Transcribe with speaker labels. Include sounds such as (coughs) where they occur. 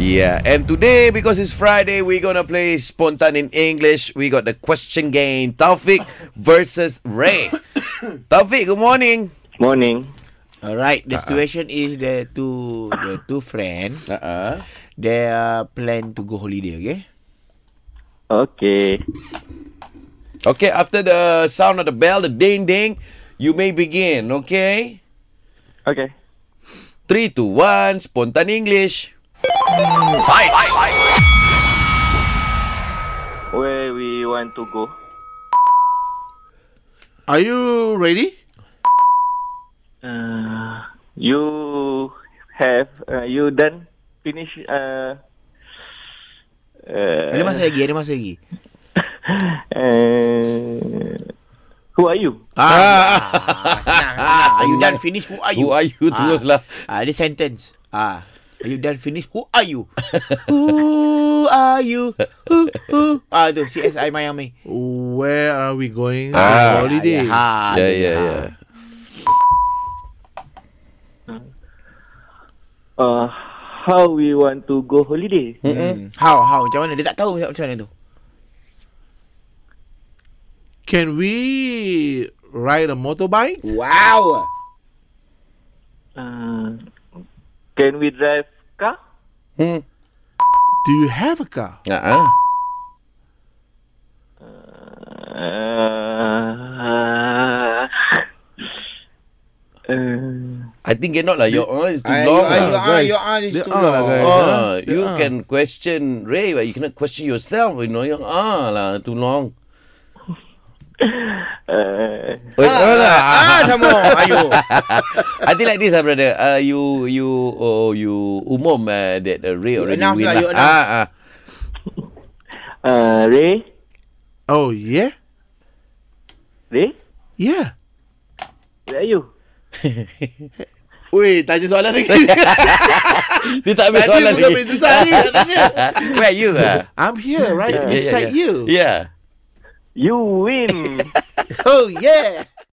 Speaker 1: Yeah, and today because it's Friday, we're gonna play spontan in English. We got the question game: Taufik versus Ray. (coughs) Taufik, good morning.
Speaker 2: Morning.
Speaker 3: Alright, the situation is the two the two friend
Speaker 1: Uh-uh.
Speaker 3: they are plan to go holiday, okay?
Speaker 2: Okay.
Speaker 1: Okay, after the sound of the bell, the ding ding, you may begin. Okay,
Speaker 2: Okay.
Speaker 1: three, two, one. Spontan English.
Speaker 2: Where we want to go?
Speaker 4: Are you ready?
Speaker 2: Uh, you have uh, you done finish uh,
Speaker 3: Ada
Speaker 2: uh,
Speaker 3: masa lagi, ada masa lagi.
Speaker 2: (laughs) uh who are you?
Speaker 3: Ah, senang, senang. Are you done finish? Who are you?
Speaker 1: Who are you? Teruslah.
Speaker 3: Ah, ada sentence. Ah, are you done finish? Who are you? who are you? Who, who? Ah, tu CSI Miami.
Speaker 4: Where are we going
Speaker 1: Ah.
Speaker 4: on holiday?
Speaker 3: Ha,
Speaker 1: Yeah, yeah, yeah.
Speaker 2: Uh, how we want to go holiday?
Speaker 3: Hmm. How, how? Macam mana? Dia tak tahu macam mana tu.
Speaker 4: Can we ride a motorbike?
Speaker 3: Wow.
Speaker 2: Uh, can we drive car?
Speaker 1: Hmm.
Speaker 4: Do you have a car?
Speaker 1: Uh-uh.
Speaker 2: Uh, uh,
Speaker 1: I think cannot lah. Your on is too
Speaker 3: Ah,
Speaker 1: long.
Speaker 3: you, Uh-huh.
Speaker 1: lah.
Speaker 3: you are, you are, is
Speaker 4: They
Speaker 3: too
Speaker 4: are
Speaker 3: long.
Speaker 4: lah, guys.
Speaker 1: Ah,
Speaker 4: Yeah,
Speaker 1: you
Speaker 4: yeah.
Speaker 1: can question Ray, but you cannot question yourself. You know, yang ah lah too long.
Speaker 2: uh,
Speaker 1: Wait, ah, lah.
Speaker 3: Ah, sama. Ayo.
Speaker 1: I think like this, ah, brother. Uh, you you oh you umum uh, that uh, Ray already
Speaker 3: announce
Speaker 1: win
Speaker 3: lah,
Speaker 1: lah.
Speaker 3: you announce.
Speaker 1: ah ah.
Speaker 2: uh, Ray?
Speaker 4: Oh yeah,
Speaker 2: Ray?
Speaker 4: yeah.
Speaker 2: Where are you?
Speaker 4: Wait, tanya soalan lagi.
Speaker 1: (laughs) Dia tak ambil
Speaker 4: Tadi
Speaker 1: soalan
Speaker 4: bukan ambil susah ni, nak tanya.
Speaker 1: (laughs) Where you
Speaker 4: (laughs)
Speaker 1: ah?
Speaker 4: I'm here right
Speaker 1: Yeah, yeah,
Speaker 4: beside
Speaker 1: yeah.
Speaker 4: you.
Speaker 1: Yeah.
Speaker 2: You win.
Speaker 4: (laughs) Oh yeah.